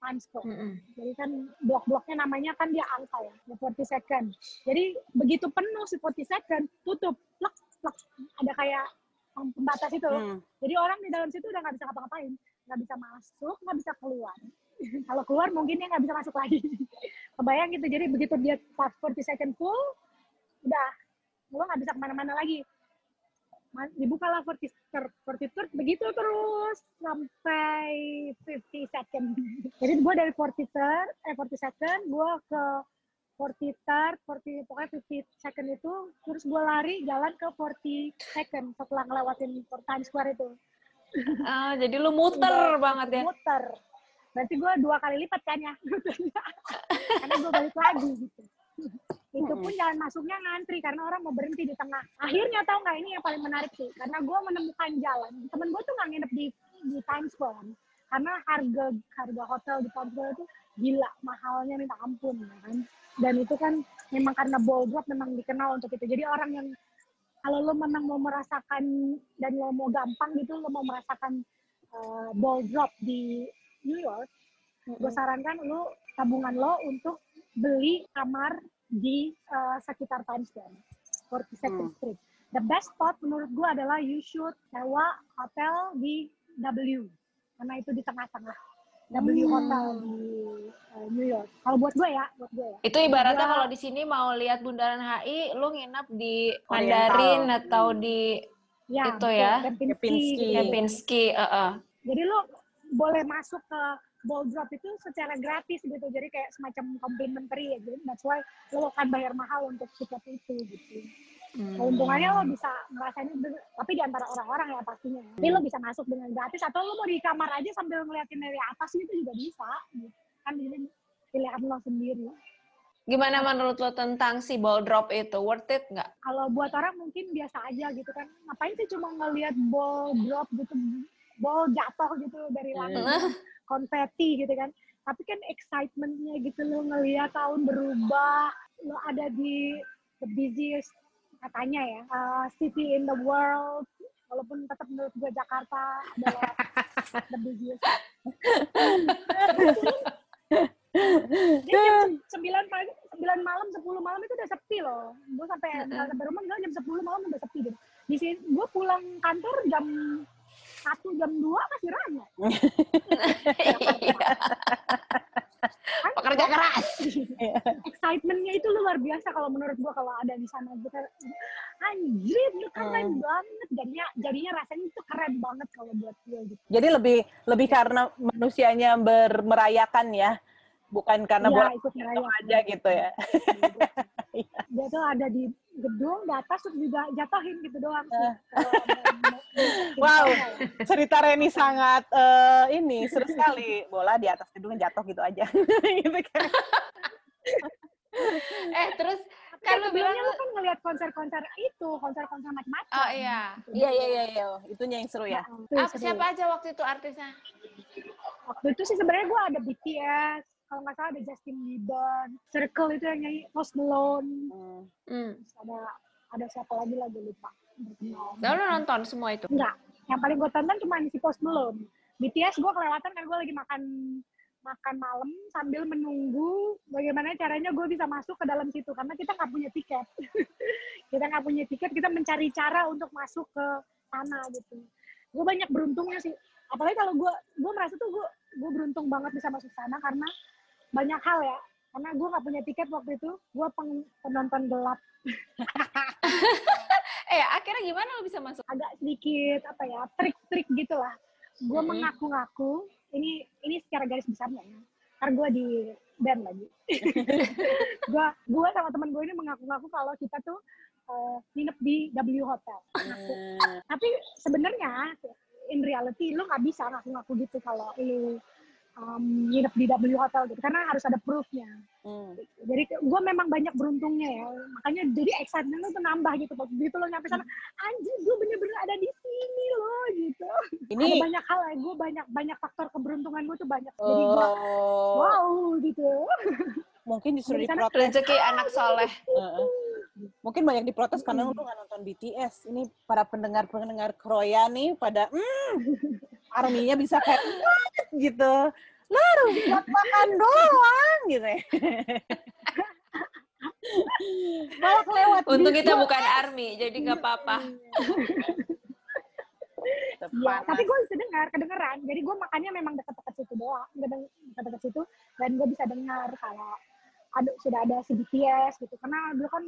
S1: Times Square.
S2: Mm-mm.
S1: Jadi kan blok-bloknya namanya kan dia angka ya, the 40 second. Jadi begitu penuh si 40 second, tutup, plek, plek. Ada kayak um, pembatas itu.
S3: Hmm.
S1: Jadi orang di dalam situ udah nggak bisa ngapa-ngapain, nggak bisa masuk, nggak bisa keluar. Kalau keluar mungkin dia nggak bisa masuk lagi. Kebayang gitu. Jadi begitu dia pas 40 second full, udah lo nggak bisa kemana-mana lagi. ma- dibukalah 40 third, 40 third, begitu terus sampai 50 second. Jadi gue dari 40 third, eh 40 second, gue ke 40 third, 40, pokoknya 50 second itu, terus gue lari jalan ke 40 second setelah ngelewatin Times Square itu.
S2: Ah, jadi lu muter
S1: Udah,
S2: banget ya.
S1: Muter. Berarti gue dua kali lipat kan ya. karena gue balik lagi gitu. Itu
S2: Hmm.
S1: pun jalan masuknya ngantri karena orang mau berhenti di tengah. Akhirnya tau nggak ini yang paling menarik sih. Karena gue menemukan jalan. Temen gue tuh nggak nginep di, di Times Square. kan. Karena harga harga hotel di Times Square itu gila mahalnya minta ampun ya kan. Dan itu kan memang karena ball drop memang dikenal untuk itu. Jadi orang yang kalau lo memang mau merasakan dan lo mau gampang gitu lo mau merasakan eh, ball drop di New York gue sarankan lo tabungan lo untuk beli kamar di eh, sekitar Times Square
S2: Mm.
S1: 42nd
S3: Hmm.
S1: Street the best spot menurut gue adalah you should sewa hotel di W karena itu di tengah-tengah
S2: Mm.
S1: W hotel di eh, New York kalau buat gue ya buat gue ya
S2: Itu ibaratnya
S1: Gua-
S2: kalau di sini mau lihat bundaran HI, lu nginap di
S3: Oriental.
S2: Mandarin atau di
S1: ya
S2: Itu ya,
S1: betul,
S3: Kempinski.
S2: Iya.
S1: gitu.
S2: Kempinski, heeh.
S1: Jadi lo boleh masuk ke ball drop itu secara gratis gitu. Jadi kayak semacam complimentary ya. Jadi that's why lo akan bayar mahal untuk tiket itu gitu.
S2: Nah,
S1: Keuntungannya lo bisa ngerasain itu, tapi di antara orang-orang ya pastinya. Tapi lo bisa masuk dengan gratis atau lo mau di kamar aja sambil ngeliatin dari atas gitu juga bisa. Gitu. Kan jadi pilihan lo sendiri.
S2: Gimana menurut lo tentang si ball drop itu? Worth it nggak?
S1: kalau buat orang mungkin biasa aja gitu kan ngapain sih cuma ngelihat ball drop gitu ball jatuh gitu dari langit
S2: Hmm.
S1: konfeti gitu kan tapi kan excitementnya gitu lo ngelihat tahun berubah lo ada di the busiest katanya ya uh, city in the world walaupun tetap menurut gue Jakarta adalah the busiest Dia jam se- sembilan pagi, sembilan malam, sepuluh malam itu udah sepi loh. Gue sampai nggak sampai rumah gue jam sepuluh malam udah sepi gitu. Di sini gue pulang kantor jam satu jam dua masih ramai.
S2: Iya.
S1: Kan?
S2: Pekerja keras.
S1: Excitementnya itu luar biasa kalau menurut gue kalau ada di sana gitu. Anjir, itu keren
S3: Hmm.
S1: banget. Jadinya jadinya rasanya itu keren banget kalau buat gue gitu.
S3: Jadi lebih lebih karena manusianya ber- merayakan ya, bukan karena
S1: Iya,
S3: bola
S1: ikut
S3: jatuh
S1: merayakan.
S3: aja gitu ya.
S1: Dia tuh ada di gedung, di atas terus juga jatuhin gitu doang sih.
S3: Ah.
S1: Kalau ada-
S3: Wow. Cerita Reni sangat eh, ini seru sekali. Bola di atas gedung jatuh gitu aja. gitu kan.
S2: Eh terus
S1: Tapi
S2: Kan
S1: kan
S2: lu
S1: sebelumnya
S2: bilang
S1: lu kan ngeliat konser-konser itu, konser-konser macam-macam.
S2: oh iya.
S3: Iya iya iya iya, itunya yang seru ya.
S1: Itu
S2: Apa-
S1: seru.
S2: siapa aja waktu itu artisnya?
S1: Waktu itu sih sebenarnya gue ada BTS, kalau nggak salah ada Justin Bieber, Circle itu yang nyanyi Post Malone,
S3: Hmm.
S2: Hmm.
S1: terus ada ada siapa lagi lah gue lupa. Berkenal.
S2: Lalu lu Ya nonton semua itu.
S1: Enggak, yang paling gue tonton cuma si Post Malone. BTS gue kelewatan karena gue lagi makan makan malam sambil menunggu bagaimana caranya gue bisa masuk ke dalam situ karena kita nggak punya tiket kita nggak punya tiket kita mencari cara untuk masuk ke sana gitu gue banyak beruntungnya sih apalagi kalau gue gue merasa tuh gue gue beruntung banget bisa masuk sana karena banyak hal ya karena gue nggak punya tiket waktu itu gue peng- penonton gelap
S2: Eh akhirnya gimana lu bisa masuk?
S1: agak sedikit apa ya trik-trik gitulah. Gue
S2: Mm-mm.
S1: mengaku-ngaku ini ini secara garis besarnya ya. Ntar gue di band lagi. gue gue sama temen gue ini mengaku-ngaku kalau kita tuh eh, nginep di W Hotel.
S3: Hmm.
S1: Tapi sebenarnya in reality lu nggak bisa ngaku-ngaku gitu kalau lu um, nginep di W Hotel gitu karena harus ada proofnya
S3: Hmm.
S1: jadi gue memang banyak beruntungnya ya makanya jadi excitement lu tuh nambah gitu begitu lo nyampe sana anjir gue bener-bener ada di sini loh gitu
S3: Ini
S1: ada banyak hal ya gue banyak banyak faktor keberuntungan gue tuh banyak jadi gue
S3: oh,
S1: wow gitu
S3: mungkin justru
S1: Di sana-
S3: diprotes.
S2: Rezeki anak soleh.
S3: Heeh. Mungkin banyak diprotes karena lu nggak nonton BTS. Ini para pendengar-pendengar Kroya nih pada hmm, arminya bisa kayak "What?" gitu. Lu harus buat makan doang gitu ya. Malah kelewat. gitu.
S2: Untung kita bukan army, jadi nggak apa-apa.
S1: Iya, tapi gue bisa dengar, kedengeran. Jadi gue makannya memang deket-deket situ doang, gedeng- deket-deket situ. Dan gue bisa dengar kalau ada sudah ada si BTS gitu. Karena dulu kan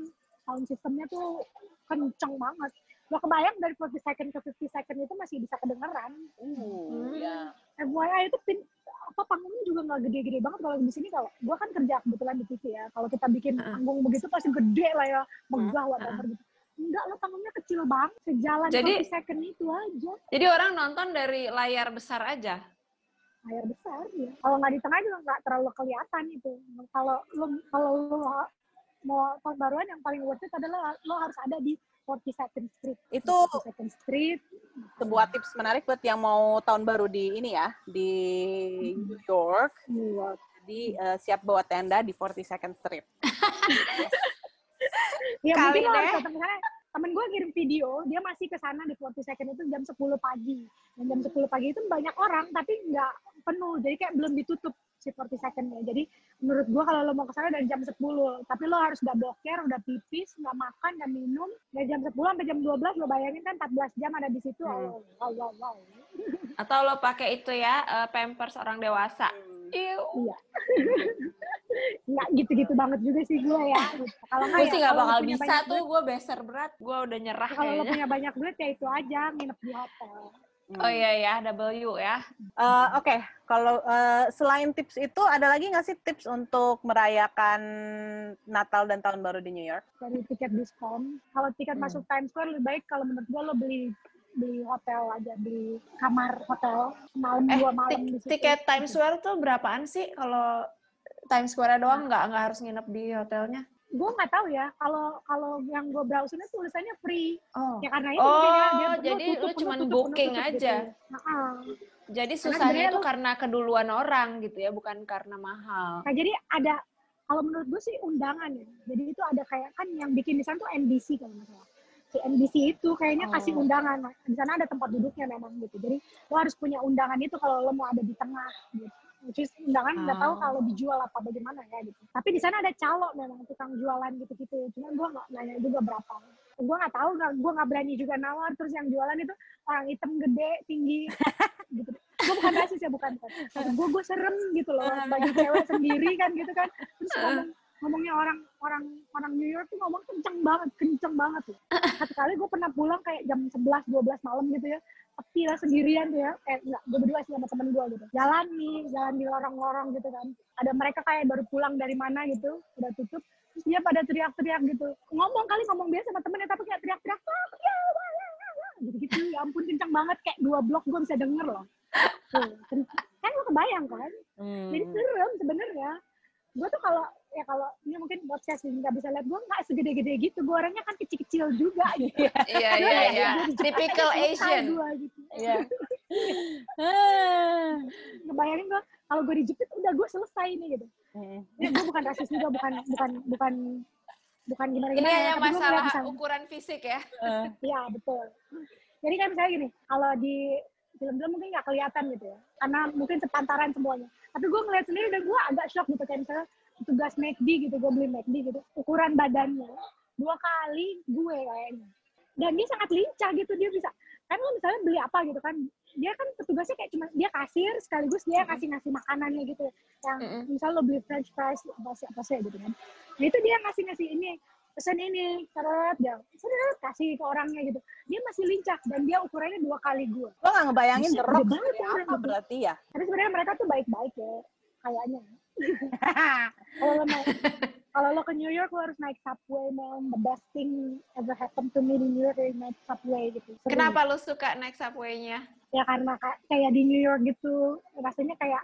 S1: sound sistemnya tuh kenceng banget. Gak kebayang dari 40 second ke 50 second itu masih bisa kedengeran.
S3: Uh, ya.
S1: FYI itu pin, apa panggungnya juga nggak gede-gede banget kalau di sini kalau gua kan kerja kebetulan di TV ya. Kalau kita bikin
S2: Heeh.
S1: panggung begitu pasti gede lah ya, megah
S2: heeh.
S1: whatever gitu. Enggak lo panggungnya kecil banget, sejalan
S2: Jadi-
S1: 40 second itu aja,
S2: Jadi orang nonton dari layar besar aja.
S1: layar besar ya. Kalau nggak di tengah juga nggak terlalu kelihatan itu. Kalau lo kalau lo mau tahun baruan yang paling worth it adalah lo harus ada di 40 second street.
S3: Itu
S1: 40 second street
S3: sebuah tips menarik buat yang mau tahun baru di ini ya, di New York.
S1: New York.
S3: Jadi eh, siap bawa tenda di 42nd Street.
S1: Ya
S2: Kali
S1: mungkin lo harus
S2: deh.
S1: datang ke sana. Temen gue ngirim video, dia masih ke sana di 40 second itu jam 10 pagi. Dan jam 10 pagi itu banyak orang, tapi nggak penuh. Jadi kayak belum ditutup si 40 secondnya. Jadi menurut gue kalau lo mau ke sana dari jam 10, tapi lo harus udah boker, udah pipis, nggak makan, nggak minum. Dari jam 10 sampai jam 12 lo bayangin kan 14 jam ada di situ.
S3: Hmm.
S1: Wow, wow, wow.
S2: Atau lo pakai itu ya, eh, pampers orang dewasa. Iu.
S1: Nggak gitu-gitu banget juga sih gue ya. Kalau
S2: Gue sih
S1: ya,
S2: nggak
S1: kalau lo
S2: bakal
S1: punya
S2: bisa
S1: banyak
S2: tuh, gue beser berat. Gue udah nyerah
S1: duit- Kalau lo
S2: kayaknya.
S1: punya banyak duit ya itu aja, nginep di hotel.
S3: Hmm.
S2: Oh iya ya, W ya.
S3: Eh, Oke, kalau eh, selain tips itu ada lagi nggak sih tips untuk merayakan Natal dan Tahun Baru di New York?
S1: dari tiket diskon. Kalau tiket
S3: Hmm.
S1: masuk Times Square lebih baik kalau menurut gua lo beli beli hotel aja, beli kamar hotel malam
S2: Eh,
S1: dua malam
S2: ti-
S1: di situ.
S2: tiket Times Square tuh berapaan sih kalau Times Square doang nggak nggak harus nginep di hotelnya?
S1: Gue nggak tahu ya. Kalau kalau yang gue browsing itu tulisannya free.
S2: Oh.
S1: Ya karena itu mungkin ya, dia
S2: Oh,
S1: penuh,
S2: jadi
S1: tutup,
S2: lu
S1: penuh,
S2: cuman
S1: tutup, penuh,
S2: booking
S1: tutup gitu.
S2: aja.
S1: Heeh.
S2: Jadi
S1: sebenarnya
S2: susahnya itu
S1: lu-
S2: karena keduluan orang gitu ya, bukan karena mahal.
S1: Nah, jadi ada kalau menurut gue sih undangan ya. Jadi itu ada kayak kan yang bikin di sana tuh NBC kalau nggak salah. Si NBC itu kayaknya kasih
S2: Oh.
S1: undangan. Di sana ada tempat duduknya memang gitu. Jadi lo harus punya undangan itu kalau lo mau ada di tengah gitu. Which is undangan nggak
S2: Oh.
S1: tahu kalau dijual apa bagaimana ya gitu. Tapi di sana ada calo memang tukang jualan gitu-gitu. Cuman gue nggak nanya juga berapa. Gue nggak tahu, nggak- gue nggak berani juga nawar. Terus yang jualan itu orang hitam gede tinggi gitu gue bukan rasis ya bukan gue gue serem gitu loh bagi cewek sendiri kan gitu kan terus ngomong ngomongnya orang orang orang New York tuh ngomong kenceng banget kenceng banget tuh satu kali gue pernah pulang kayak jam 11 12 malam gitu ya tapi lah sendirian tuh ya eh enggak gue berdua sih sama temen gue gitu jalan nih jalan di lorong-lorong gitu kan ada mereka kayak baru pulang dari mana gitu udah tutup terus dia pada teriak-teriak gitu ngomong kali ngomong biasa sama temennya tapi kayak teriak-teriak "Wah, ya, wah, ya, wah, wah," gitu-gitu ya ampun kencang banget kayak dua blok gue bisa denger loh Tuh, kan lo kebayang kan
S3: Hmm.
S1: jadi serem sebenarnya gue tuh kalau ya kalau ini mungkin podcast ini nggak bisa lihat gue nggak segede-gede gitu gue orangnya kan kecil-kecil juga gitu
S2: Iya,
S1: Gua
S2: iya,
S1: kayak
S2: iya.
S1: gua di Jakarta
S2: Typical
S1: kayak selesai
S2: Asian.
S1: gua gitu.
S3: Iya.
S1: ngebayangin gue kalau gue dijepit udah gue selesai nih gitu ya, gue bukan rasis juga bukan bukan bukan bukan gimana
S2: Ini
S1: gimana
S2: hanya masalah
S1: bisa,
S2: ukuran fisik ya.
S1: ya betul jadi kan misalnya gini kalau di film-film mungkin nggak kelihatan gitu ya karena mungkin sepantaran semuanya tapi gue ngeliat sendiri dan gue agak shock gitu kayak misalnya tugas McD gitu gue beli McD gitu ukuran badannya dua kali gue kayaknya dan dia sangat lincah gitu dia bisa kan lo misalnya beli apa gitu kan dia kan petugasnya kayak cuma dia kasir sekaligus dia yang kasih ngasih makanannya gitu yang
S2: Mm-mm.
S1: misal lo beli french fries apa sih apa sih gitu kan nah itu dia ngasih ngasih ini pesan ini seret dia seret kasih ke orangnya gitu dia masih lincah dan dia ukurannya dua kali gue
S3: Lo nggak ngebayangin
S1: Bisa
S3: The Rock
S1: gede banget
S3: seperti
S1: orang
S3: apa
S1: itu.
S3: berarti ya?
S1: tapi sebenarnya mereka tuh baik-baik ya kayaknya kalau lo mau kalau lo ke New York lo harus naik subway man the best thing ever happened to me di New York is naik subway gitu Seru.
S2: Kenapa lu suka naik subway-nya?
S1: ya karena ka- kayak di New York gitu rasanya kayak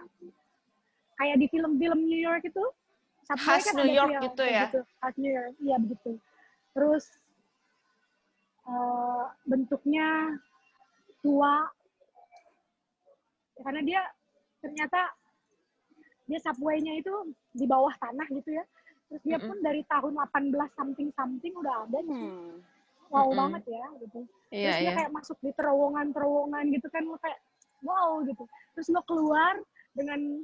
S1: kayak di film-film New York gitu, itu subway
S2: Khas New
S1: kan ada tuh
S2: York
S1: yang
S2: gitu
S1: kayak
S2: ya?
S1: khas New York iya begitu terus eh, bentuknya tua karena dia ternyata dia subway-nya itu di bawah tanah gitu ya terus dia
S2: Mm-mm.
S1: pun dari tahun 18 something something udah ada gitu.
S3: Hmm.
S1: wow
S2: Mm-mm.
S1: banget ya gitu
S2: Iya,
S1: terus dia kayak masuk di terowongan-terowongan gitu kan lo kayak wow gitu terus lo keluar dengan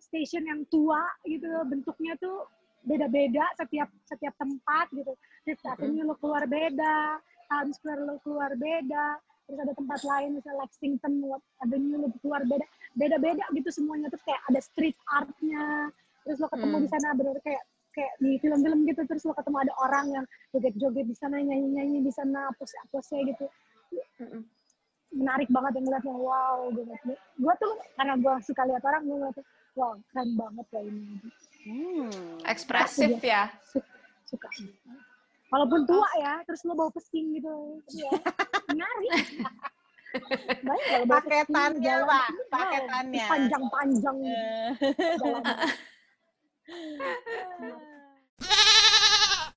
S1: station yang tua gitu bentuknya tuh beda-beda setiap setiap tempat gitu terus akhirnya lo keluar beda Times Square lo keluar beda terus ada tempat lain misalnya Lexington Wat- Avenue lo keluar beda beda-beda gitu semuanya terus kayak ada street artnya terus lo ketemu
S2: Hmm.
S1: di sana bener kayak kayak di film-film gitu terus lo ketemu ada orang yang joget-joget di sana nyanyi-nyanyi di sana pose-pose gitu menarik banget yang ngeliatnya wow gue ngeliat gue tuh karena gue suka lihat orang gue ngeliat wow keren banget kayak ini
S3: Hmm.
S2: Ekspresif ya.
S1: Su- suka walaupun tua ya terus lo bawa pesing gitu ya menarik banyak kalau bawa pesing
S3: Paketannya,
S1: jalan.
S3: Pak.
S1: Wow,
S3: Paketannya.
S1: panjang-panjang gitu.
S3: Eh,
S1: Jalan.